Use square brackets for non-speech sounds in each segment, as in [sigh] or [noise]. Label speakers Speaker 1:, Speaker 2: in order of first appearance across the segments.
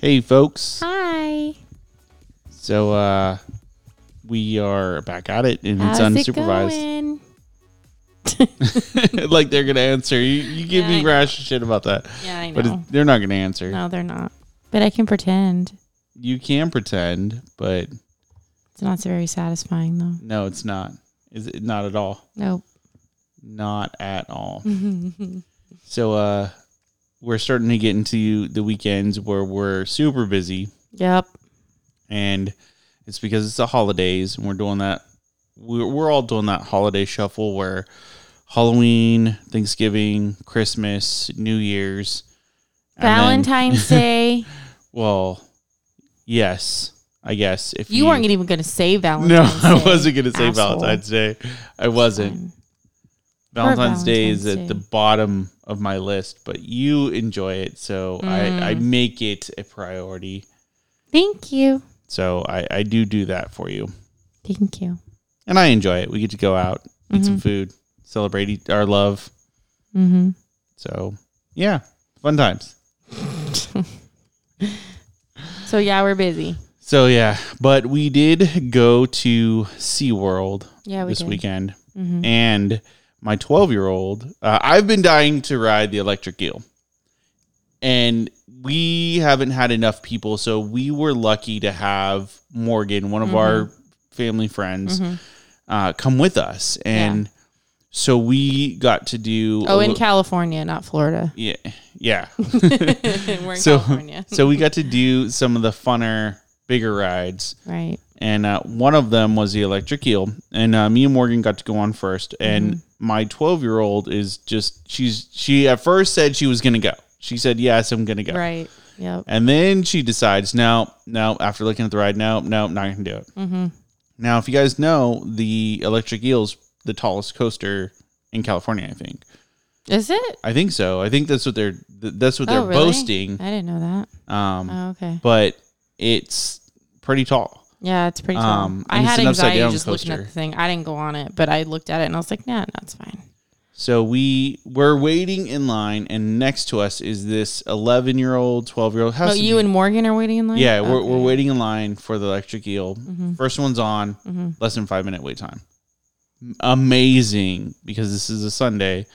Speaker 1: Hey, folks.
Speaker 2: Hi.
Speaker 1: So uh, we are back at it, and
Speaker 2: How's
Speaker 1: it's
Speaker 2: it
Speaker 1: unsupervised.
Speaker 2: going?
Speaker 1: [laughs] like they're gonna answer. You, you give
Speaker 2: Yeah, I
Speaker 1: me
Speaker 2: know.
Speaker 1: rash shit about that,
Speaker 2: Yeah, I
Speaker 1: but it,
Speaker 2: know.
Speaker 1: they're not gonna answer.
Speaker 2: No, they're not. But I can pretend.
Speaker 1: You can pretend, but
Speaker 2: It's not so very satisfying, though.
Speaker 1: no, it's not. Is it not at all?
Speaker 2: [laughs] Nope.
Speaker 1: Not at
Speaker 2: Hmm.
Speaker 1: all.
Speaker 2: yeah.
Speaker 1: So uh, we're starting to get into the weekends where we're super busy.
Speaker 2: Yep.
Speaker 1: and it's because it's the holidays and we're doing that we're, we're all doing that holiday shuffle where halloween thanksgiving christmas new year's and then- [laughs]
Speaker 2: Valentine's Day.
Speaker 1: well yes i guess if
Speaker 2: You weren't even going to say
Speaker 1: [laughs] no
Speaker 2: Valentine's Day.
Speaker 1: i wasn't going to say
Speaker 2: Asshole.
Speaker 1: valentine's day i wasn't
Speaker 2: Fine.
Speaker 1: valentine's day is
Speaker 2: Valentine's
Speaker 1: at the
Speaker 2: Day.
Speaker 1: bottom of my list but you enjoy it so i i
Speaker 2: Mm.
Speaker 1: make it a priority
Speaker 2: Thank you.
Speaker 1: so i i do do that for you
Speaker 2: Thank you.
Speaker 1: and I enjoy it. We get to go out, eat
Speaker 2: Mhm.
Speaker 1: some food, celebrate eat our love.
Speaker 2: Mm-hmm.
Speaker 1: So yeah, fun times.
Speaker 2: So, yeah, we're busy.
Speaker 1: So yeah, but we did go to SeaWorld
Speaker 2: Yeah, we
Speaker 1: this
Speaker 2: did.
Speaker 1: weekend,
Speaker 2: Mhm.
Speaker 1: and my 12 year old, uh, I've been dying to ride the electric eel, and we haven't had enough people. So we were lucky to have Morgan, one of
Speaker 2: Mm-hmm.
Speaker 1: our family friends,
Speaker 2: Mhm.
Speaker 1: uh, come with us, and so we got to do.
Speaker 2: Oh,
Speaker 1: a
Speaker 2: in
Speaker 1: li-
Speaker 2: California, not Florida.
Speaker 1: Yeah, yeah. [laughs]
Speaker 2: [laughs] we're in
Speaker 1: So-
Speaker 2: California.
Speaker 1: so we got to do some of the funner, bigger rides,
Speaker 2: Right.
Speaker 1: and uh, one of them was the electric eel. And uh, me and Morgan got to go on first. And
Speaker 2: Mm-hmm.
Speaker 1: my twelve-year-old is just she's she at first said she was gonna go. She said yes, I'm gonna go.
Speaker 2: Right. Yep.
Speaker 1: And then she decides no, no. After looking at the ride, no, no, not gonna do it.
Speaker 2: Mm-hmm.
Speaker 1: Now, if you guys know, the electric eel's the tallest coaster in California. I think.
Speaker 2: Is it?
Speaker 1: I think so. I think that's what they're th- that's what
Speaker 2: Oh,
Speaker 1: they're
Speaker 2: really?
Speaker 1: boasting.
Speaker 2: I didn't know that.
Speaker 1: Um,
Speaker 2: Oh, okay.
Speaker 1: but it's pretty tall.
Speaker 2: Yeah, it's pretty tall.
Speaker 1: Um,
Speaker 2: I
Speaker 1: and it's
Speaker 2: had
Speaker 1: an upside
Speaker 2: anxiety
Speaker 1: down
Speaker 2: just looking at
Speaker 1: coaster.
Speaker 2: the thing. I didn't go on it, but I looked at it and I was like, nah, that's fine.
Speaker 1: So we were waiting in line, and next to us is this 11 year old, 12 year old.
Speaker 2: Oh, you and Morgan are waiting in line?
Speaker 1: yeah, we're, we're
Speaker 2: Okay. Mm-hmm.
Speaker 1: waiting in line for the electric eel. First one's on,
Speaker 2: Mhm.
Speaker 1: less than five minute wait time. Amazing because this is a Sunday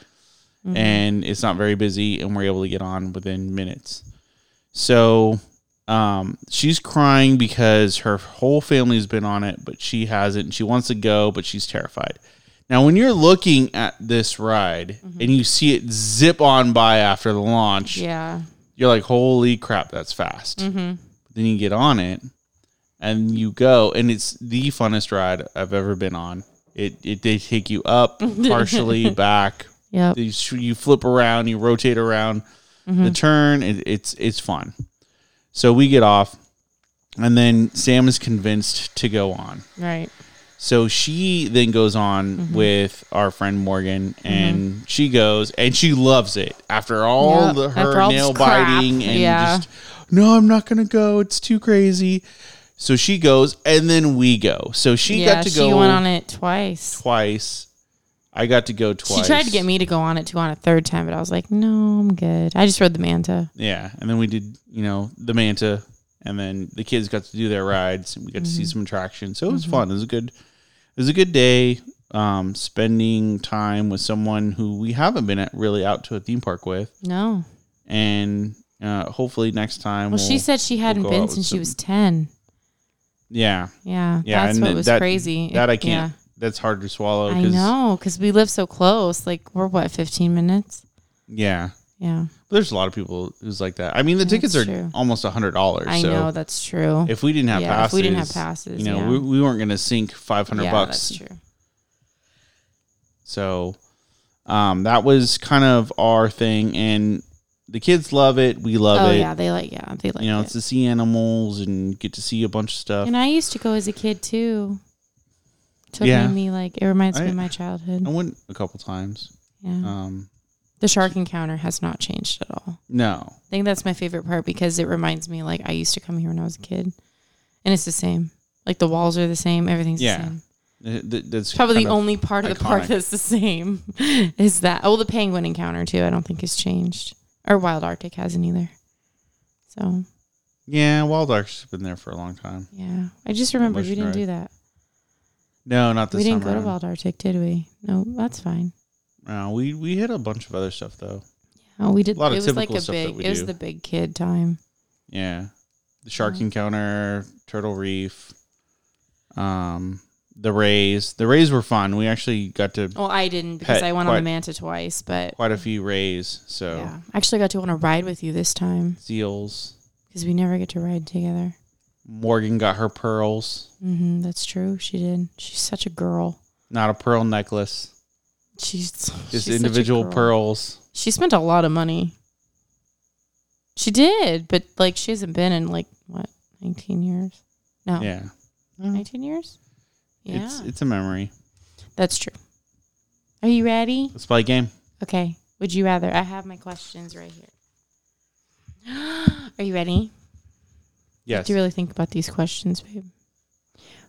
Speaker 2: Mm-hmm.
Speaker 1: and it's not very busy, and we're able to get on within minutes. So um, she's crying because her whole family's been on it, but she hasn't. She wants to go, but she's terrified. Now, when you're looking at this ride and you see it zip on by after the launch,
Speaker 2: Yeah.
Speaker 1: you're like, holy crap, that's fast.
Speaker 2: Mhm.
Speaker 1: Then you get on it and you go, and it's the funnest ride I've ever been on. It, it they take you up, partially back,
Speaker 2: Yep.
Speaker 1: you, sh- you flip around, you rotate around
Speaker 2: Mm-hmm.
Speaker 1: the turn. It, it's it's fun. So we get off, and then Sam is convinced to go on.
Speaker 2: Right.
Speaker 1: So she then goes on
Speaker 2: Mm-hmm.
Speaker 1: with our friend Morgan, and she goes and she loves it after all
Speaker 2: Yep,
Speaker 1: the, her
Speaker 2: after all this
Speaker 1: nail
Speaker 2: crap,
Speaker 1: biting and
Speaker 2: yeah.
Speaker 1: just no, I'm not gonna go. It's too crazy. So she goes, and then we go. So she
Speaker 2: yeah,
Speaker 1: got to
Speaker 2: she
Speaker 1: go
Speaker 2: went on it twice.
Speaker 1: twice. I got to go twice.
Speaker 2: She tried to get me to go on it too on a third time, but I was like, no, I'm good. I just rode the Manta.
Speaker 1: Yeah, and then we did, you know, the Manta, and then the kids got to do their rides, and we got to
Speaker 2: Mm-hmm.
Speaker 1: see some attractions. So it was fun. It was a good, it was a good day. Um, spending time with someone who we haven't been at, really out to a theme park with,
Speaker 2: No.
Speaker 1: and uh, hopefully next time.
Speaker 2: Well, she said she hadn't
Speaker 1: go out
Speaker 2: been
Speaker 1: with
Speaker 2: since she
Speaker 1: some-
Speaker 2: was 10.
Speaker 1: "Yeah,
Speaker 2: Yeah.
Speaker 1: yeah."
Speaker 2: That's
Speaker 1: and
Speaker 2: what was
Speaker 1: that-
Speaker 2: crazy.
Speaker 1: That I
Speaker 2: Yeah.
Speaker 1: can't. That's hard to swallow.
Speaker 2: I know, because we live so close. Like, we're what, 15 minutes?
Speaker 1: Yeah,
Speaker 2: Yeah.
Speaker 1: there's a lot of people who's like that. I mean, the
Speaker 2: That's
Speaker 1: tickets are
Speaker 2: true.
Speaker 1: almost a hundred dollars.
Speaker 2: I
Speaker 1: so
Speaker 2: know, that's true.
Speaker 1: If we didn't have
Speaker 2: yeah,
Speaker 1: passes,
Speaker 2: if we didn't have passes,
Speaker 1: you know,
Speaker 2: yeah.
Speaker 1: we, we weren't going to sink five hundred
Speaker 2: yeah,
Speaker 1: bucks
Speaker 2: That's true.
Speaker 1: So um, that was kind of our thing, and the kids love it. We love
Speaker 2: oh
Speaker 1: it.
Speaker 2: yeah, they like yeah, they like
Speaker 1: you know,
Speaker 2: it.
Speaker 1: it's to see animals and get to see a bunch of stuff.
Speaker 2: and I used to go as a kid too. So it
Speaker 1: Yeah.
Speaker 2: made me like it reminds me
Speaker 1: I-
Speaker 2: of my
Speaker 1: I
Speaker 2: childhood.
Speaker 1: went a couple times.
Speaker 2: Yeah.
Speaker 1: Um,
Speaker 2: the shark encounter has not changed at all.
Speaker 1: no,
Speaker 2: I think that's my favorite part because it reminds me like I used to come here when I was a kid. And it's the same. Like the walls are the same, everything's
Speaker 1: Yeah.
Speaker 2: the same.
Speaker 1: Th- th- that's
Speaker 2: It's probably
Speaker 1: kind
Speaker 2: the
Speaker 1: of-
Speaker 2: only part of the park
Speaker 1: iconic.
Speaker 2: that's the same [laughs] is that. Oh, the penguin encounter too. I don't think has changed, or Wild Arctic hasn't either. So
Speaker 1: Yeah, Wild Arc's been there for a long time.
Speaker 2: Yeah. I just remembered we
Speaker 1: Motion
Speaker 2: didn't
Speaker 1: ride.
Speaker 2: do that.
Speaker 1: No, not this
Speaker 2: we didn't
Speaker 1: time
Speaker 2: go to
Speaker 1: around.
Speaker 2: Wild Arctic, did we? No, that's fine.
Speaker 1: No, we we hit a bunch of other stuff though.
Speaker 2: Oh, we did.
Speaker 1: A lot
Speaker 2: it
Speaker 1: of
Speaker 2: was like
Speaker 1: typical
Speaker 2: a
Speaker 1: stuff that
Speaker 2: big.
Speaker 1: we
Speaker 2: It was
Speaker 1: do.
Speaker 2: the big kid time.
Speaker 1: Yeah, the Shark
Speaker 2: Mhm.
Speaker 1: Encounter, Turtle Reef, um, the Rays. The Rays were fun. We actually got to
Speaker 2: Well, I didn't because
Speaker 1: Pet,
Speaker 2: I went on
Speaker 1: quite-
Speaker 2: the Manta twice, but
Speaker 1: quite a few Rays. So
Speaker 2: Oh, yeah, actually got to want to ride with you this time
Speaker 1: seals.
Speaker 2: because we never get to ride together.
Speaker 1: Morgan got her pearls.
Speaker 2: hmm that's true. She did. She's such a girl.
Speaker 1: Not a pearl necklace,
Speaker 2: She's [laughs] she's
Speaker 1: just
Speaker 2: such a
Speaker 1: individual
Speaker 2: girl.
Speaker 1: pearls.
Speaker 2: She spent a lot of money. She did, but like she hasn't been in like what nineteen years? No,
Speaker 1: Yeah.
Speaker 2: nineteen years. Oh, Yeah,
Speaker 1: It's it's a memory.
Speaker 2: that's true. Are you ready?
Speaker 1: Let's play a game.
Speaker 2: Okay. Would you rather? I have my questions right here. [gasps] Are you ready?
Speaker 1: Yes.
Speaker 2: Do you really think about these questions, babe?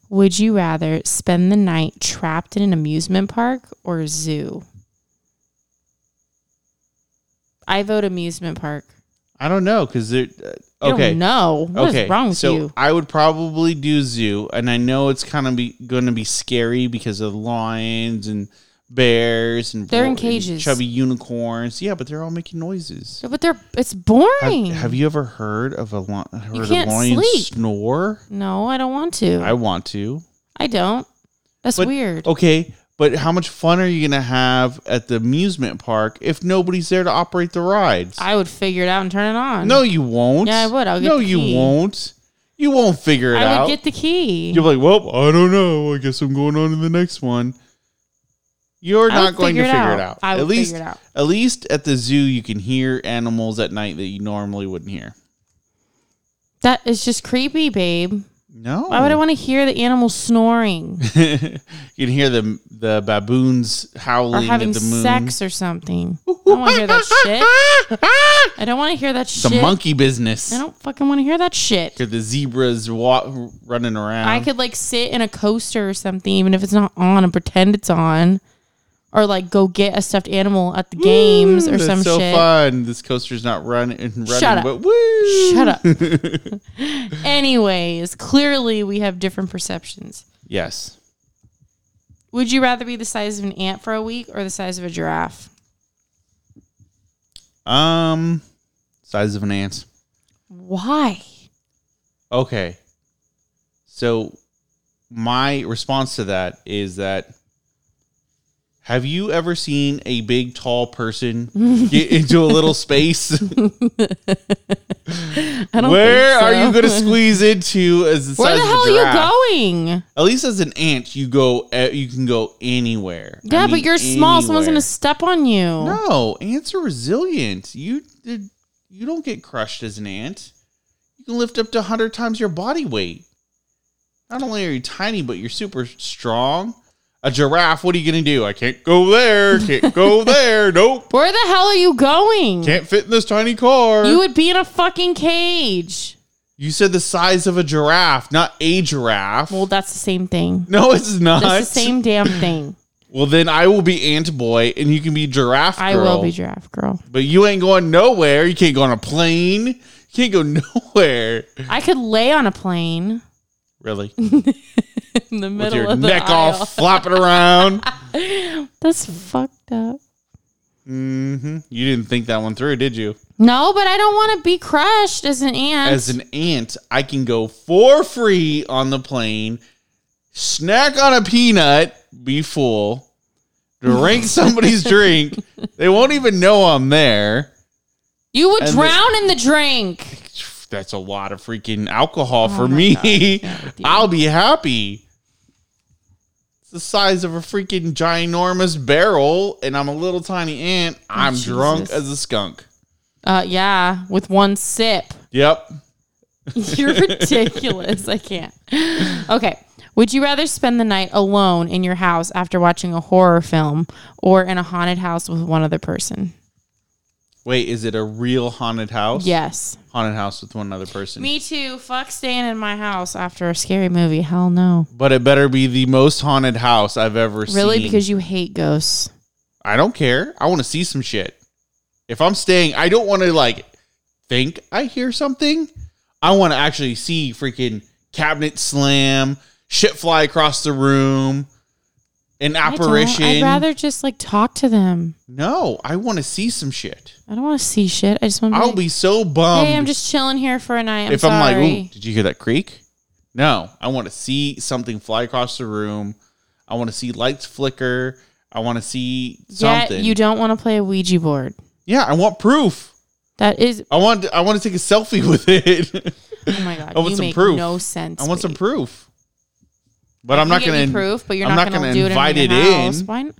Speaker 2: Would you rather spend the night trapped in an amusement park or zoo? I vote amusement park.
Speaker 1: I don't know because it. uh,
Speaker 2: You
Speaker 1: Okay.
Speaker 2: don't know. What is
Speaker 1: okay.
Speaker 2: wrong with
Speaker 1: so
Speaker 2: you?
Speaker 1: I would probably do zoo, and I know it's kind of be going to be scary because of lions and bears and
Speaker 2: They're in
Speaker 1: and
Speaker 2: cages.
Speaker 1: chubby unicorns. Yeah, but they're all making noises.
Speaker 2: But they're it's
Speaker 1: Have,
Speaker 2: boring.
Speaker 1: have you ever heard of a lion? Heard
Speaker 2: can't
Speaker 1: a lion
Speaker 2: sleep.
Speaker 1: snore?
Speaker 2: no, I don't want to.
Speaker 1: I
Speaker 2: I,
Speaker 1: want to.
Speaker 2: don't. That's
Speaker 1: But- oh,
Speaker 2: weird.
Speaker 1: Okay, but how much fun are you going to have at the amusement park if nobody's there to operate the rides?
Speaker 2: I would figure it out and turn it on.
Speaker 1: no, you won't.
Speaker 2: Yeah, I would. I'll get
Speaker 1: no,
Speaker 2: the
Speaker 1: you
Speaker 2: key.
Speaker 1: won't. You won't figure it
Speaker 2: I would
Speaker 1: out.
Speaker 2: get the key.
Speaker 1: You're like, well, I don't know. I guess I'm going on to the next one. You're
Speaker 2: I
Speaker 1: not
Speaker 2: would
Speaker 1: going to
Speaker 2: figure it
Speaker 1: figure it
Speaker 2: out.
Speaker 1: out.
Speaker 2: I
Speaker 1: at
Speaker 2: would figure
Speaker 1: least,
Speaker 2: it out.
Speaker 1: at least at the zoo, you can hear animals at night that you normally wouldn't hear.
Speaker 2: That is just creepy, babe.
Speaker 1: No,
Speaker 2: Why would I want to hear the
Speaker 1: [laughs]
Speaker 2: animal snoring
Speaker 1: you can hear the the baboons
Speaker 2: or
Speaker 1: howling
Speaker 2: having
Speaker 1: at the moon.
Speaker 2: sex or something? I don't want to hear that shit.
Speaker 1: [laughs]
Speaker 2: I don't want to hear that
Speaker 1: Some
Speaker 2: shit.
Speaker 1: monkey business.
Speaker 2: I don't fucking want to hear that shit.
Speaker 1: Hear the zebras wa- running around.
Speaker 2: I could like sit in a coaster or something, even if it's not on, and pretend it's on, or like go get a stuffed animal at the games or
Speaker 1: Hmm, That's
Speaker 2: some
Speaker 1: so
Speaker 2: shit.
Speaker 1: fun. This coaster's not running running,
Speaker 2: up.
Speaker 1: but woo!
Speaker 2: Shut up. Anyways, clearly we have different perceptions.
Speaker 1: [laughs] Yes.
Speaker 2: Would you rather be the size of an ant for a week or the size of a giraffe?
Speaker 1: Um, size of an ant. [laughs]
Speaker 2: Why?
Speaker 1: Okay. So my response to that is that have you ever seen a big tall
Speaker 2: [laughs]
Speaker 1: person get into a little space?
Speaker 2: I don't
Speaker 1: Where
Speaker 2: think
Speaker 1: are you
Speaker 2: so.
Speaker 1: going to squeeze into as the
Speaker 2: [laughs] Where
Speaker 1: size
Speaker 2: the hell
Speaker 1: of
Speaker 2: are
Speaker 1: a
Speaker 2: you
Speaker 1: giraffe?
Speaker 2: going?
Speaker 1: At least as an ant, you go. Uh, you can go anywhere. I
Speaker 2: Yeah, but
Speaker 1: mean,
Speaker 2: you're small. Someone's
Speaker 1: anywhere.
Speaker 2: gonna step on you.
Speaker 1: No, ants are resilient. You did. You don't get crushed as an ant. You can lift up to hundred times your body weight. Not only are you tiny, but you're super strong. A giraffe, what are you gonna do? I can't go there. Can't
Speaker 2: [laughs]
Speaker 1: go there. Nope.
Speaker 2: Where the hell are you going?
Speaker 1: Can't fit in this tiny car.
Speaker 2: You
Speaker 1: You,
Speaker 2: would be in a fucking cage.
Speaker 1: said the size of a giraffe, not a giraffe.
Speaker 2: Well, that's the same thing.
Speaker 1: no, it's not.
Speaker 2: That's the same damn thing.
Speaker 1: Well, then I will be ant boy, and you can be giraffe. Girl.
Speaker 2: I will be giraffe girl.
Speaker 1: But you ain't going nowhere. You can't go on a plane. You can't go [laughs] nowhere.
Speaker 2: I could lay on
Speaker 1: [laughs]
Speaker 2: a plane
Speaker 1: Really?
Speaker 2: in the
Speaker 1: With
Speaker 2: middle
Speaker 1: your
Speaker 2: of the
Speaker 1: neck
Speaker 2: aisle. [laughs]
Speaker 1: all flopping around.
Speaker 2: That's fucked up.
Speaker 1: hmm You didn't think that one through, did you?
Speaker 2: No, but I don't want to be crushed as an ant.
Speaker 1: As an ant, I can go for free on the plane, snack on a peanut, be full, drink [laughs] somebody's drink. They won't even know I'm there.
Speaker 2: you would
Speaker 1: and the-
Speaker 2: drown in the drink.
Speaker 1: That's a lot of freaking alcohol for
Speaker 2: Oh my
Speaker 1: me.
Speaker 2: God. Yeah,
Speaker 1: [laughs]
Speaker 2: with you.
Speaker 1: I'll be happy. It's the size of a freaking ginormous barrel, and I'm a little tiny ant. I'm drunk
Speaker 2: Oh, Jesus.
Speaker 1: as a skunk.
Speaker 2: Uh, yeah, with one sip.
Speaker 1: Yep.
Speaker 2: [laughs] You're ridiculous. I can't. Okay. Would you rather spend the night alone in your house after watching a horror film or in a haunted house with one other person?
Speaker 1: Wait, is it a real haunted house?
Speaker 2: Yes.
Speaker 1: Haunted house with one other person.
Speaker 2: Me too. Fuck staying in my house after a scary movie. Hell no.
Speaker 1: but it better be the most haunted house I've ever seen.
Speaker 2: Really? Because you hate ghosts.
Speaker 1: I don't care. I want to see some shit. If I'm staying, I don't want to like think I hear something. I want to actually see freaking cabinet slam, shit fly across the room, an
Speaker 2: I don't.
Speaker 1: apparition.
Speaker 2: I'd rather just like talk to them.
Speaker 1: no, I want to see some shit.
Speaker 2: I don't want to see shit. I just want to.
Speaker 1: I'll be so bummed
Speaker 2: Mm-hmm. Hey, I'm just chilling here for a night. I'm
Speaker 1: if
Speaker 2: sorry.
Speaker 1: I'm like, Ooh, did you hear that creak? No, I want to see something fly across the room. I want to see lights flicker. I want to see
Speaker 2: yet
Speaker 1: something.
Speaker 2: you don't want to play a Ouija board.
Speaker 1: yeah, I want proof.
Speaker 2: That is,
Speaker 1: I want. I want to take a selfie [laughs] with it.
Speaker 2: oh my god,
Speaker 1: I want
Speaker 2: you
Speaker 1: some
Speaker 2: make
Speaker 1: proof.
Speaker 2: no sense.
Speaker 1: I want some
Speaker 2: babe.
Speaker 1: proof. But I'm
Speaker 2: We
Speaker 1: not
Speaker 2: get you
Speaker 1: going to
Speaker 2: proof, but you're
Speaker 1: I'm
Speaker 2: not,
Speaker 1: not
Speaker 2: going
Speaker 1: gonna
Speaker 2: to do it
Speaker 1: invite
Speaker 2: in.
Speaker 1: it
Speaker 2: your house.
Speaker 1: in.
Speaker 2: Why, n-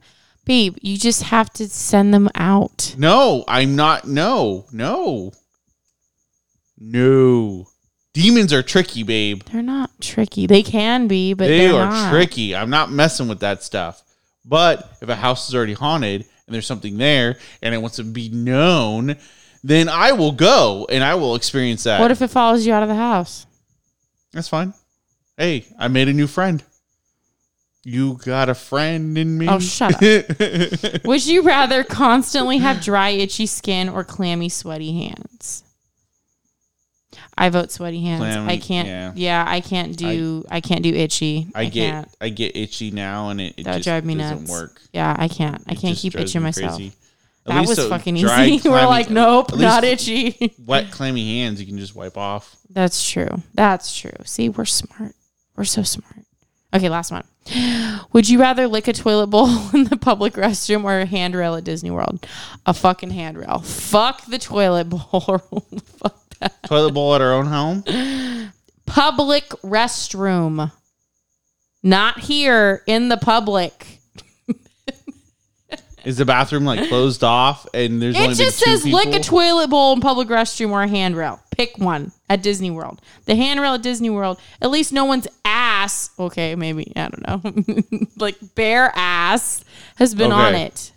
Speaker 2: babe? You just have to send them out.
Speaker 1: No, I'm not. No, no, no. Demons are tricky, babe.
Speaker 2: They're not tricky. They can be, but
Speaker 1: they
Speaker 2: they're
Speaker 1: are
Speaker 2: not.
Speaker 1: tricky. I'm not messing with that stuff. But if a house is already haunted and there's something there and it wants to be known, then I will go and I will experience that.
Speaker 2: What if it follows you out of the house?
Speaker 1: That's fine. Hey, I made a new friend. You got a friend in me.
Speaker 2: Oh, shut
Speaker 1: [laughs] up.
Speaker 2: Would you rather constantly have dry, itchy skin or clammy, sweaty hands? I vote sweaty hands. I
Speaker 1: Clammy,
Speaker 2: can't.
Speaker 1: yeah.
Speaker 2: Yeah. I can't do. I, can't do itchy.
Speaker 1: I, get
Speaker 2: Can't.
Speaker 1: I get itchy now, and it, it
Speaker 2: That would
Speaker 1: just
Speaker 2: drive me
Speaker 1: doesn't
Speaker 2: nuts.
Speaker 1: work.
Speaker 2: Yeah, I can't. I
Speaker 1: It
Speaker 2: can't
Speaker 1: just
Speaker 2: keep
Speaker 1: drives
Speaker 2: itching
Speaker 1: me
Speaker 2: myself.
Speaker 1: crazy. At
Speaker 2: That
Speaker 1: least
Speaker 2: was
Speaker 1: so
Speaker 2: fucking
Speaker 1: dry,
Speaker 2: easy. [laughs] We're
Speaker 1: clammy-
Speaker 2: like,
Speaker 1: at
Speaker 2: nope,
Speaker 1: least
Speaker 2: not itchy.
Speaker 1: Wet, clammy hands you can just wipe off.
Speaker 2: That's true. That's true. See, we're smart. We're so smart. Okay, last one. [gasps] Would you rather lick a toilet bowl [laughs] in the public restroom or a handrail at Disney World? A fucking handrail. Fuck the toilet [laughs] bowl. Fuck that.
Speaker 1: Toilet bowl at our own home.
Speaker 2: Public restroom. Not here in the public.
Speaker 1: Is the bathroom like closed off? And there's only
Speaker 2: It just
Speaker 1: been two
Speaker 2: says lick a
Speaker 1: people?
Speaker 2: toilet bowl in public restroom or a handrail. Pick one at Disney World. The handrail at Disney World. At least no one's ass. Okay, maybe I don't know. [laughs] like bare ass has been on
Speaker 1: Okay.
Speaker 2: it.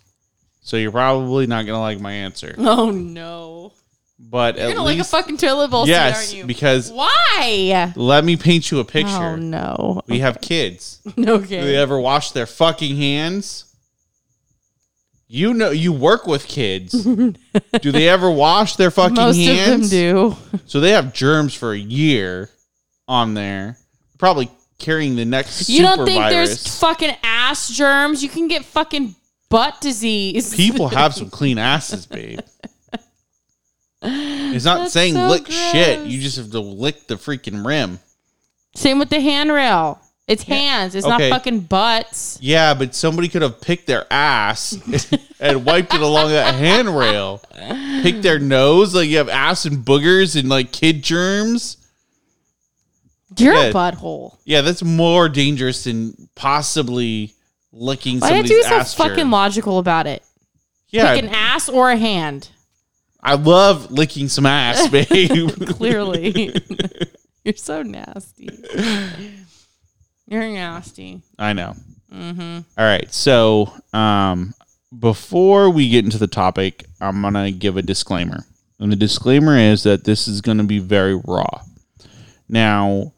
Speaker 1: So you're probably not gonna like my answer,
Speaker 2: Oh no!
Speaker 1: but
Speaker 2: You're
Speaker 1: at
Speaker 2: gonna lick a
Speaker 1: least
Speaker 2: fucking toilet bowl. seat,
Speaker 1: yes,
Speaker 2: aren't you?
Speaker 1: because
Speaker 2: Why?
Speaker 1: let me paint you a picture.
Speaker 2: Oh no.
Speaker 1: We have kids. Do they
Speaker 2: [laughs] Okay.
Speaker 1: ever wash their fucking hands? You know, you work with
Speaker 2: [laughs]
Speaker 1: kids. do they ever wash their fucking
Speaker 2: Most
Speaker 1: hands?
Speaker 2: of them do.
Speaker 1: So they have germs for a year on there, probably carrying the next.
Speaker 2: You don't
Speaker 1: super
Speaker 2: think there's
Speaker 1: virus.
Speaker 2: fucking ass germs? You can get fucking butt disease.
Speaker 1: people have some clean asses,
Speaker 2: [laughs]
Speaker 1: babe. It's not
Speaker 2: That's
Speaker 1: saying
Speaker 2: so
Speaker 1: lick shit.
Speaker 2: gross.
Speaker 1: You just have to lick the freaking rim.
Speaker 2: Same with the handrail. It's hands. It's
Speaker 1: Okay.
Speaker 2: not fucking butts.
Speaker 1: Yeah, but somebody could have picked their
Speaker 2: [laughs]
Speaker 1: ass and wiped it along that handrail. Picked their nose, like you have ass and boogers and like kid germs.
Speaker 2: You're
Speaker 1: Yeah.
Speaker 2: a butthole.
Speaker 1: Yeah, that's more dangerous than possibly licking
Speaker 2: Why don't
Speaker 1: somebody's
Speaker 2: you be so
Speaker 1: ass. germ.
Speaker 2: fucking logical about it?
Speaker 1: yeah,
Speaker 2: Pick an ass or
Speaker 1: [laughs]
Speaker 2: a hand.
Speaker 1: I love licking some ass, [laughs] babe.
Speaker 2: [laughs] Clearly, you're so nasty. You're nasty. Mm-hmm.
Speaker 1: I know. All right. So, um, before we get into the topic, I'm going to give a disclaimer. And the disclaimer is that this is going to be very raw. Now,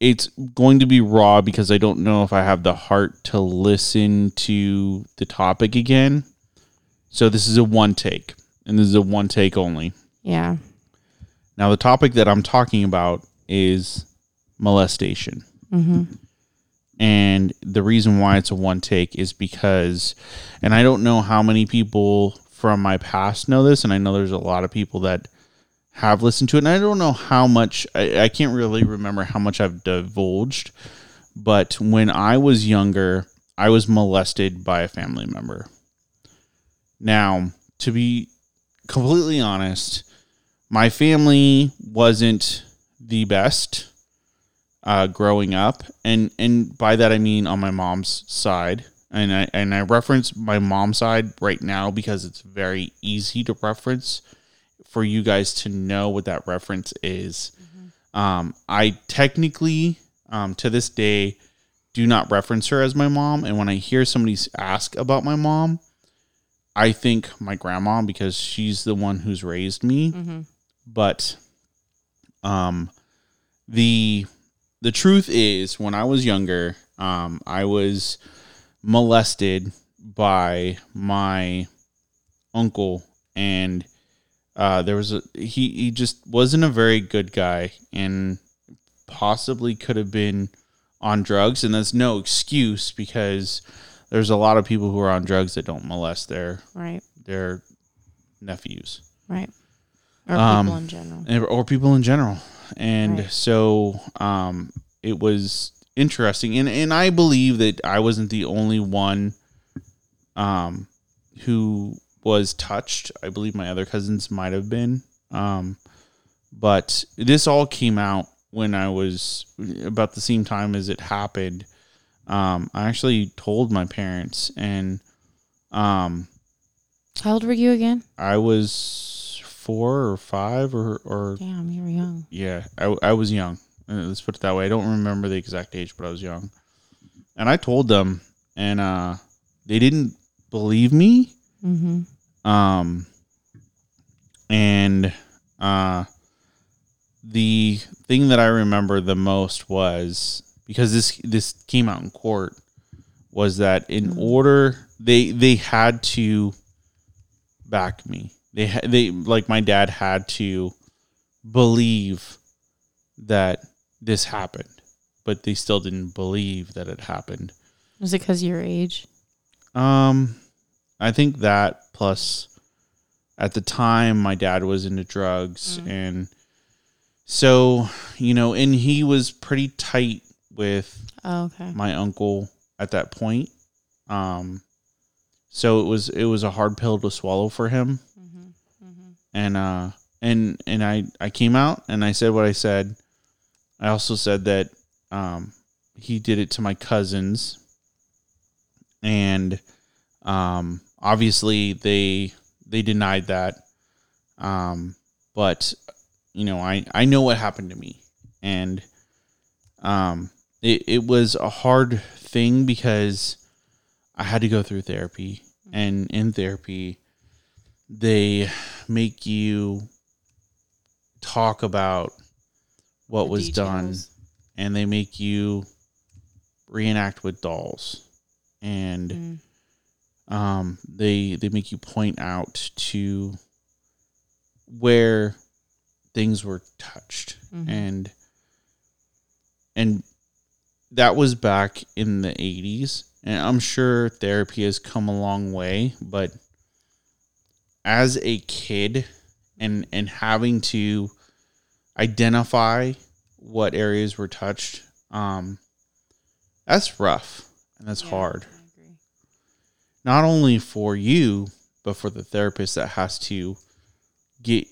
Speaker 1: it's going to be raw because I don't know if I have the heart to listen to the topic again. So, this is a one take, and this is a one take only.
Speaker 2: Yeah.
Speaker 1: Now, the topic that I'm talking about is molestation.
Speaker 2: Mm-hmm.
Speaker 1: And the reason why it's a one take is because, and I don't know how many people from my past know this, and I know there's a lot of people that have listened to it, and I don't know how much, I, I can't really remember how much I've divulged, but when I was younger, I was molested by a family member. Now, to be completely honest, my family wasn't the best uh, growing up, and and by that I mean on my mom's side, and I and I reference my mom's side right now because it's very easy to reference for you guys to know what that reference is. Um, I technically, um, to this day, do not reference her as my mom, and when I hear somebody s- ask about my mom, I think my grandma because she's the one who's raised me
Speaker 2: Mm-hmm.
Speaker 1: but um the the truth is when i was younger um i was molested by my uncle and Uh, there was a he he just wasn't a very good guy and possibly could have been on drugs and that's no excuse because there's a lot of people who are on drugs that don't molest their
Speaker 2: Right.
Speaker 1: their nephews
Speaker 2: Right. Or
Speaker 1: Um,
Speaker 2: people in general.
Speaker 1: and- or people in general. And
Speaker 2: Right.
Speaker 1: so um, it was interesting, and and I believe that I wasn't the only one um, who was touched. I believe my other cousins might have been, um, but this all came out when I was about the same time as it happened. Um, I actually told my parents, and um,
Speaker 2: How old were you again?
Speaker 1: I was four or five or or
Speaker 2: Damn, you were young.
Speaker 1: yeah, I, I was young. Uh, Let's put it that way. I don't remember the exact age, but I was young. And I told them, and uh, they didn't believe me.
Speaker 2: Mm-hmm.
Speaker 1: Um, and uh, the thing that I remember the most was because this this came out in court was that in
Speaker 2: Mhm.
Speaker 1: order they they had to back me. They ha- they like my dad had to believe that this happened, but they still didn't believe that it happened.
Speaker 2: Was it because of your age?
Speaker 1: Um, I think that plus at the time my dad was into drugs
Speaker 2: Mm.
Speaker 1: and so, you know, and he was pretty tight with
Speaker 2: Oh, okay.
Speaker 1: my uncle at that point. Um so it was it was a hard pill to swallow for him
Speaker 2: Mm-hmm. Mm-hmm.
Speaker 1: and uh and and I I came out and I said what I said. I also said that um he did it to my cousins and um obviously they they denied that um but you know I I know what happened to me and um it it was a hard thing because I had to go through therapy and in therapy they make you talk about what was done and they make you reenact with dolls and
Speaker 2: Mm.
Speaker 1: um, they they make you point out to where things were touched
Speaker 2: Mhm.
Speaker 1: and and that was back in the 80s and i'm sure therapy has come a long way but as a kid and and having to identify what areas were touched um that's rough and that's
Speaker 2: Yeah,
Speaker 1: hard
Speaker 2: I agree.
Speaker 1: not only for you but for the therapist that has to get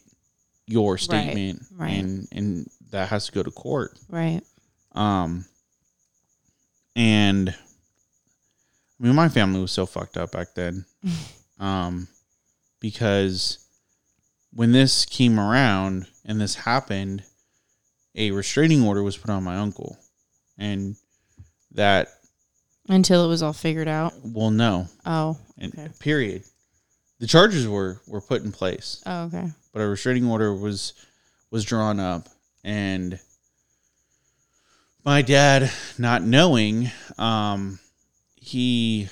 Speaker 1: your statement
Speaker 2: right.
Speaker 1: and and that has to go to court
Speaker 2: Right.
Speaker 1: um, and I mean, my family was so fucked up back then, um, because when this came around and this happened, a restraining order was put on my uncle, and that
Speaker 2: Until it was all figured out.
Speaker 1: well, no,
Speaker 2: Oh.
Speaker 1: and
Speaker 2: Okay.
Speaker 1: period. The charges were were put in place,
Speaker 2: Oh, okay.
Speaker 1: but a restraining order was was drawn up and my dad not knowing um he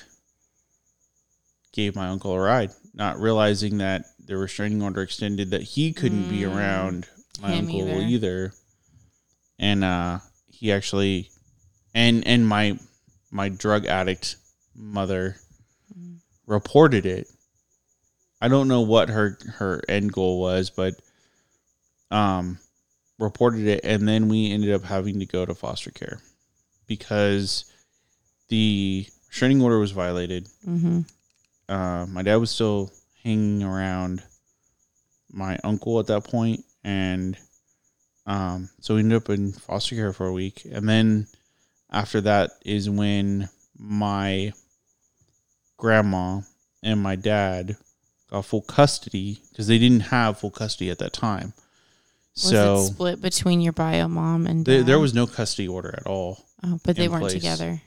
Speaker 1: gave my uncle a ride not realizing that the restraining order extended that he couldn't be
Speaker 2: Mm,
Speaker 1: around my
Speaker 2: him
Speaker 1: uncle
Speaker 2: either.
Speaker 1: either. and uh he actually and and my my drug addict mother
Speaker 2: Mm.
Speaker 1: reported it. I don't know what her her end goal was, but um reported it and then we ended up having to go to foster care because the restraining order was violated.
Speaker 2: Mm-hmm.
Speaker 1: Uh, my dad was still hanging around my uncle at that point and um so we ended up in foster care for a week and then after that is when my grandma and my dad got full custody because they didn't have full custody at that time
Speaker 2: Was it
Speaker 1: so
Speaker 2: split between your bio mom and
Speaker 1: there-
Speaker 2: dad?
Speaker 1: there was no custody order at all
Speaker 2: Oh, but they
Speaker 1: in
Speaker 2: weren't
Speaker 1: place.
Speaker 2: together.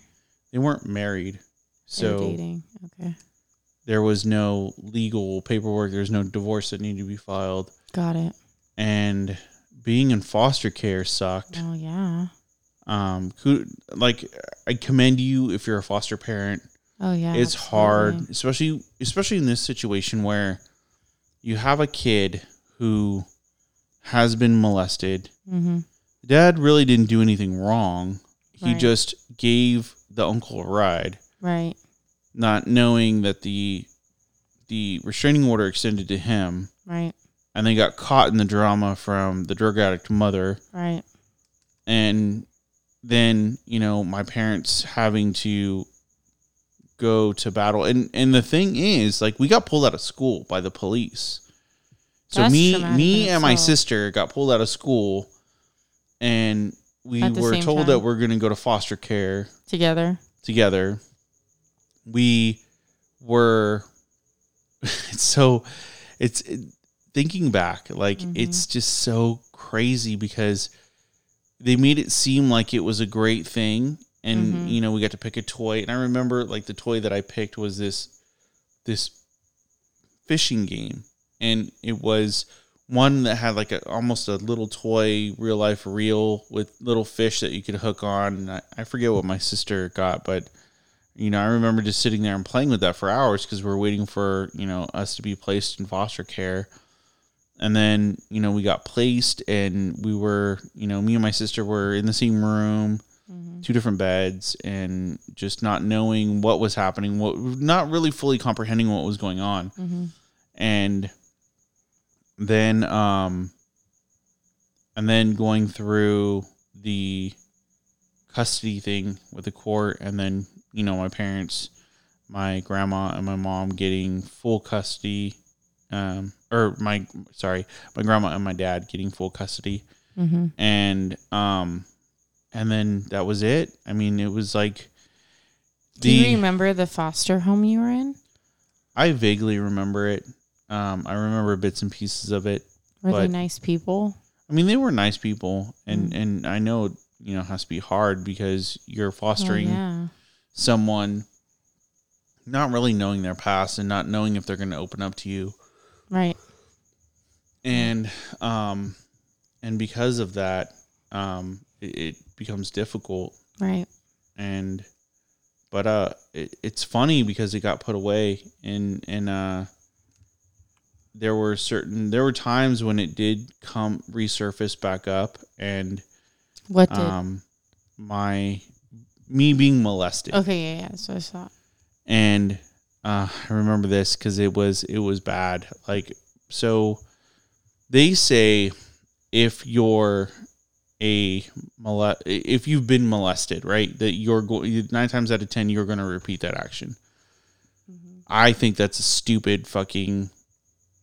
Speaker 1: they weren't married so
Speaker 2: So dating. Okay.
Speaker 1: there was no legal paperwork there was no divorce that needed to be filed
Speaker 2: Got it.
Speaker 1: and being in foster care sucked
Speaker 2: Oh yeah.
Speaker 1: um who like i commend you if you're a foster parent
Speaker 2: Oh yeah.
Speaker 1: it's
Speaker 2: absolutely.
Speaker 1: hard especially especially in this situation where you have a kid who has been molested.
Speaker 2: Mm-hmm.
Speaker 1: Dad really didn't do anything wrong. He
Speaker 2: Right.
Speaker 1: just gave the uncle a ride,
Speaker 2: Right.
Speaker 1: not knowing that the the restraining order extended to him
Speaker 2: Right.
Speaker 1: and they got caught in the drama from the drug addict mother
Speaker 2: Right.
Speaker 1: and then you know my parents having to go to battle and and the thing is like we got pulled out of school by the police so
Speaker 2: That's
Speaker 1: me
Speaker 2: traumatic
Speaker 1: me
Speaker 2: in
Speaker 1: and my
Speaker 2: itself.
Speaker 1: sister got pulled out of school and we
Speaker 2: At the
Speaker 1: were
Speaker 2: same
Speaker 1: told
Speaker 2: time.
Speaker 1: that we're going to go to foster care
Speaker 2: Together.
Speaker 1: together we were [laughs] it's so it's it- thinking back like
Speaker 2: Mhm.
Speaker 1: it's just so crazy because they made it seem like it was a great thing and
Speaker 2: Mhm.
Speaker 1: you know we got to pick a toy and i remember like the toy that i picked was this this fishing game and it was one that had like a almost a little toy real life reel with little fish that you could hook on and I, I forget what my sister got but you know i remember just sitting there and playing with that for hours because we are waiting for you know us to be placed in foster care and then you know we got placed and we were you know me and my sister were in the same room
Speaker 2: Mm-hmm.
Speaker 1: two different beds and just not knowing what was happening what not really fully comprehending what was going on
Speaker 2: Mm-hmm.
Speaker 1: and then um and then going through the custody thing with the court and then you know my parents my grandma and my mom getting full custody um or my sorry my grandma and my dad getting full custody
Speaker 2: Mm-hmm.
Speaker 1: and um and then that was it i mean it was like
Speaker 2: Do you remember the foster home you were in?
Speaker 1: i vaguely remember it um i remember bits and pieces of it
Speaker 2: Were they
Speaker 1: But-
Speaker 2: nice people? Oh,
Speaker 1: I mean, they were nice people, and
Speaker 2: Mm.
Speaker 1: and I know it, you know it has to be hard because you're
Speaker 2: Oh,
Speaker 1: fostering
Speaker 2: yeah.
Speaker 1: someone, not really knowing their past and not knowing if they're going to open up to you,
Speaker 2: Right. Mm.
Speaker 1: and um, and because of that, um, it, it becomes difficult,
Speaker 2: Right.
Speaker 1: and but uh, it, it's funny because it got put away, and and uh, there were certain there were times when it did come resurface back up, and
Speaker 2: What did?
Speaker 1: um, my me being molested,
Speaker 2: okay. Yeah. Yeah. So I saw.
Speaker 1: and uh, I remember this because it was it was bad. Like so, they say if you're a mole- if you've been molested, right, that you're going nine times out of ten you're going to repeat that action.
Speaker 2: Mhm.
Speaker 1: I think that's a stupid fucking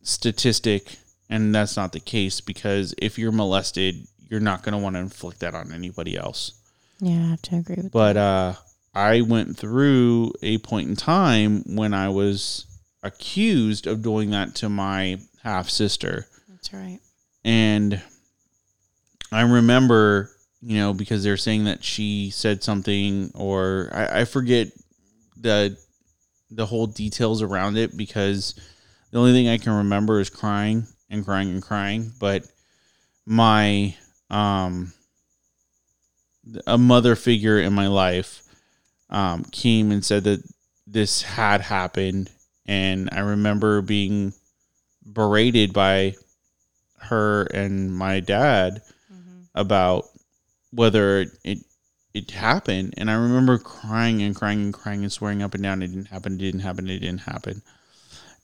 Speaker 1: statistic, and that's not the case because if you're molested, you're not going to want to inflict that on anybody else.
Speaker 2: Yeah. I have to agree with.
Speaker 1: but uh, I went through a point in time when I was accused of doing that to my half sister,
Speaker 2: That's right.
Speaker 1: and I remember, you know, because they're saying that she said something, or I, I forget the the whole details around it because the only thing I can remember is crying and crying and crying, but my um a mother figure in my life um came and said that this had happened and I remember being berated by her and my dad
Speaker 2: Mm-hmm.
Speaker 1: about whether it it happened and i remember crying and crying and crying and swearing up and down it didn't happen it didn't happen it didn't happen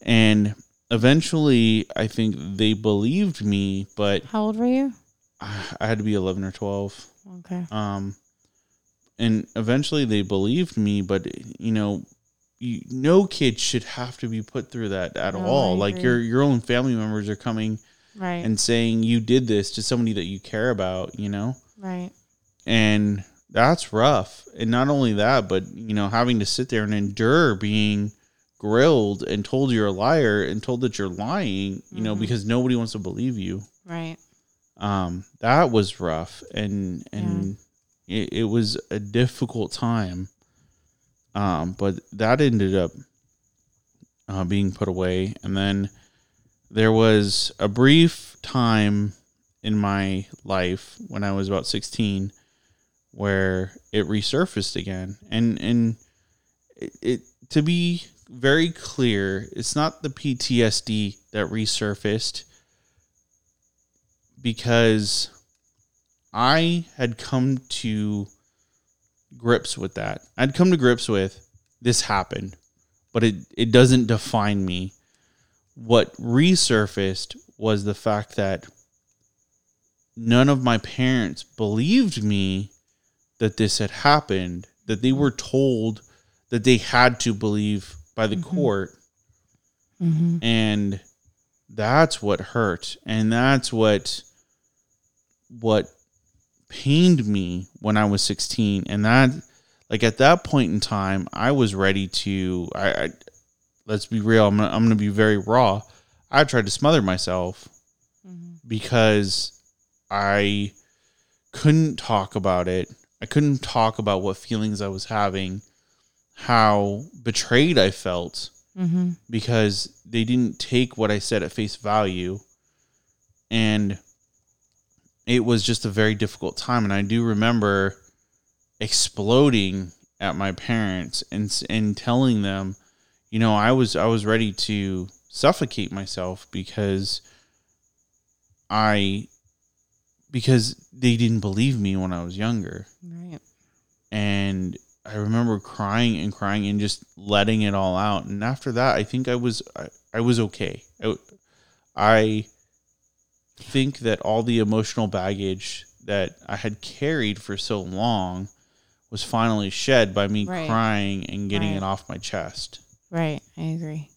Speaker 1: and eventually i think they believed me but
Speaker 2: How old were you?
Speaker 1: i I had to be 11 or 12
Speaker 2: Okay.
Speaker 1: um and eventually they believed me but you know you, no kid should have to be put through that at
Speaker 2: No, I
Speaker 1: all like
Speaker 2: agree.
Speaker 1: your your own family members are coming
Speaker 2: Right.
Speaker 1: and saying you did this to somebody that you care about, you know?
Speaker 2: right.
Speaker 1: And that's rough. And not only that, but you know, having to sit there and endure being grilled and told you're a liar and told that you're lying, you know,
Speaker 2: Mhm.
Speaker 1: because nobody wants to believe you.
Speaker 2: Right.
Speaker 1: Um, that was rough and and it, it was a difficult time. Um, but that ended up uh, being put away. And then there was a brief time in my life when I was about 16 where it resurfaced again. And, and it, it, to be very clear, it's not the PTSD that resurfaced. because I had come to grips with that. I'd come to grips with this happened, but it, it doesn't define me. What resurfaced was the fact that none of my parents believed me that this had happened, that they were told that they had to believe by the court.
Speaker 2: Mm-hmm.
Speaker 1: And that's what hurt. And that's what what pained me when I was 16. And that, like at that point in time, I was ready to. I, I let's be real. I'm gonna, I'm gonna be very raw. I tried to smother myself
Speaker 2: Mm-hmm.
Speaker 1: because I couldn't talk about it. I couldn't talk about what feelings I was having, how betrayed I felt
Speaker 2: Mm-hmm.
Speaker 1: because they didn't take what I said at face value. And it was just a very difficult time. And I do remember exploding at my parents and, s- and telling them, you know, I was, I was ready to suffocate myself because I, because they didn't believe me when I was younger
Speaker 2: Right.
Speaker 1: and I remember crying and crying and just letting it all out. And after that, I think I was I, I was okay. I, I think that all the emotional baggage that I had carried for so long was finally shed by me
Speaker 2: Right.
Speaker 1: crying and getting
Speaker 2: Right.
Speaker 1: it off my chest.
Speaker 2: Right. I agree.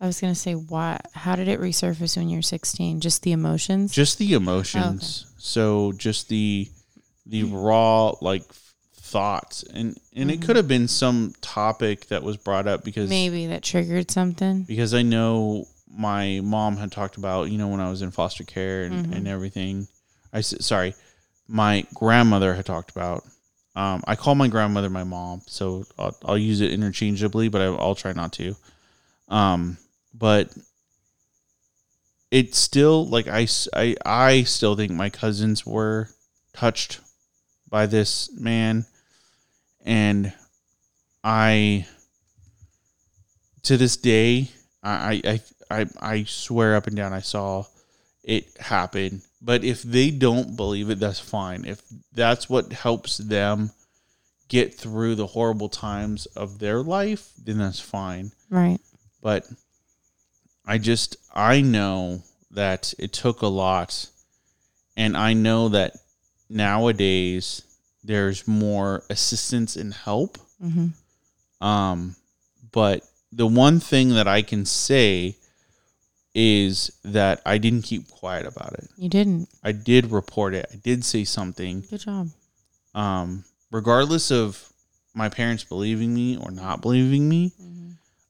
Speaker 2: I was gonna say, why? How did it resurface when you were 16? Just the emotions.
Speaker 1: Just the emotions. So just the the raw like thoughts and and it could have been some topic that was brought up because
Speaker 2: Mm-hmm. Maybe that triggered something.
Speaker 1: because I know my mom had talked about you know when I was in foster care and, and everything. I s- sorry, my grandmother had talked about. Um, I call my grandmother my mom, so I'll, I'll use it interchangeably, but I, I'll try not to. Um, but it's still like I, s- I- I still think my cousins were touched by this man, and I to this day, I I I, I swear up and down I saw it happen. But if they don't believe it, that's fine. If that's what helps them get through the horrible times of their life, then that's fine.
Speaker 2: Right.
Speaker 1: But I just I know that it took a lot and I know that nowadays there's more assistance and help
Speaker 2: Mm-hmm.
Speaker 1: um, but the one thing that I can say is that I didn't keep quiet about it.
Speaker 2: You didn't.
Speaker 1: I did report it. I did say something.
Speaker 2: Good job.
Speaker 1: Um, regardless of my parents believing me or not believing me,
Speaker 2: Mm-hmm.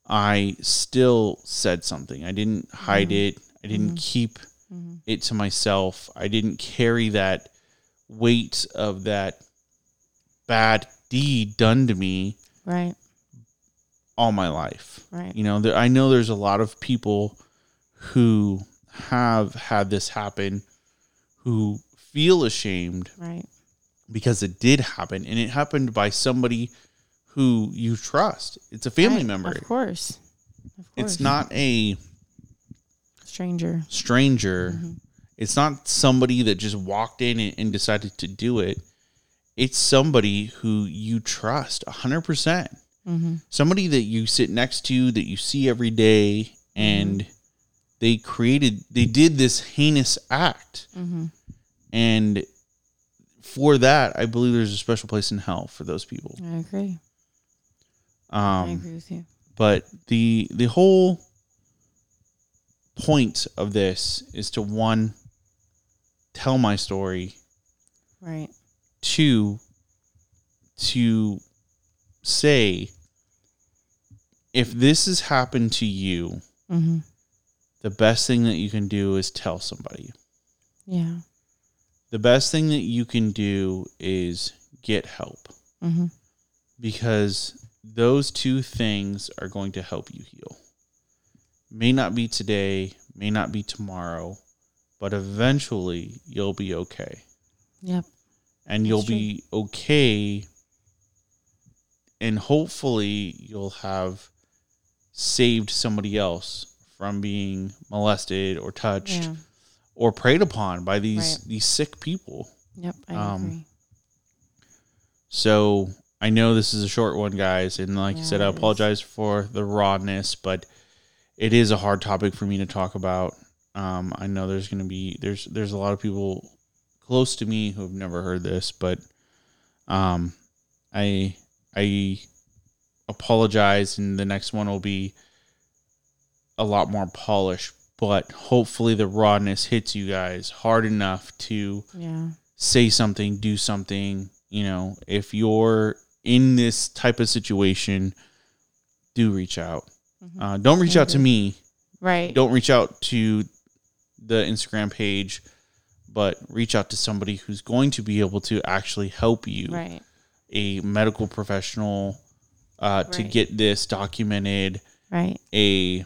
Speaker 1: I still said something. I didn't hide it. I didn't keep
Speaker 2: Mm-hmm.
Speaker 1: it to myself. I didn't carry that weight of that bad deed done to me
Speaker 2: Right.
Speaker 1: all my life.
Speaker 2: Right.
Speaker 1: You know, there, I know there's a lot of people who have had this happen who feel ashamed
Speaker 2: Right.
Speaker 1: because it did happen and it happened by somebody who you trust. It's a family
Speaker 2: Right.
Speaker 1: member.
Speaker 2: Of course. Of course.
Speaker 1: It's not a
Speaker 2: stranger.
Speaker 1: stranger.
Speaker 2: Mhm.
Speaker 1: It's not somebody that just walked in and, and decided to do it. It's somebody who you trust 100%.
Speaker 2: Mm-hmm.
Speaker 1: somebody that you sit next to that you see every day
Speaker 2: Mm-hmm.
Speaker 1: and they created they did this heinous act
Speaker 2: Mm-hmm.
Speaker 1: and for that i believe there's a special place in hell for those people
Speaker 2: I agree. I
Speaker 1: um
Speaker 2: agree with you.
Speaker 1: but the the whole point of this is to one tell my story
Speaker 2: Right.
Speaker 1: two to say if this has happened to you
Speaker 2: Mm-hmm.
Speaker 1: the best thing that you can do is tell somebody.
Speaker 2: Yeah.
Speaker 1: The best thing that you can do is get help
Speaker 2: Mm-hmm.
Speaker 1: because those two things are going to help you heal. May not be today, may not be tomorrow, but eventually you'll be okay.
Speaker 2: Yep.
Speaker 1: And
Speaker 2: That's
Speaker 1: you'll be okay and hopefully you'll have saved somebody else from being molested or touched
Speaker 2: Yeah.
Speaker 1: or preyed upon by these
Speaker 2: Right.
Speaker 1: these sick people.
Speaker 2: Yep, I
Speaker 1: Um,
Speaker 2: agree.
Speaker 1: So I know this is a short one, guys, and like you said,
Speaker 2: Yeah,
Speaker 1: I
Speaker 2: it is.
Speaker 1: apologize for the rawness, but it is a hard topic for me to talk about. Um, I know there's gonna be there's there's a lot of people close to me who have never heard this, but um, I I apologize, and the next one will be a lot more polished. But hopefully, the rawness hits you guys hard enough to
Speaker 2: Yeah.
Speaker 1: say something, do something. You know, if you're in this type of situation, do reach out.
Speaker 2: Mhm.
Speaker 1: Uh, don't reach out to
Speaker 2: agree.
Speaker 1: me.
Speaker 2: Right.
Speaker 1: Don't reach out to the Instagram page, but reach out to somebody who's going to be able to actually help you,
Speaker 2: Right.
Speaker 1: a medical professional, uh, to
Speaker 2: Right.
Speaker 1: get this documented,
Speaker 2: Right.
Speaker 1: a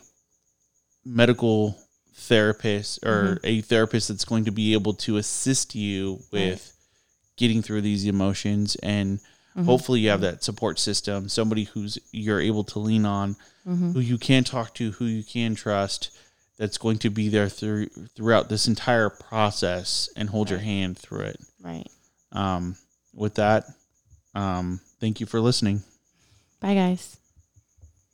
Speaker 1: medical therapist or a therapist that's going to be able to assist you with getting through these emotions and
Speaker 2: Mhm.
Speaker 1: hopefully you have that support system somebody who's you're able to lean on
Speaker 2: Mhm.
Speaker 1: who you can talk to who you can trust that's going to be there through throughout this entire process and hold your
Speaker 2: Right.
Speaker 1: hand through it
Speaker 2: Right.
Speaker 1: um, with that um, thank you for listening
Speaker 2: Bye, guys.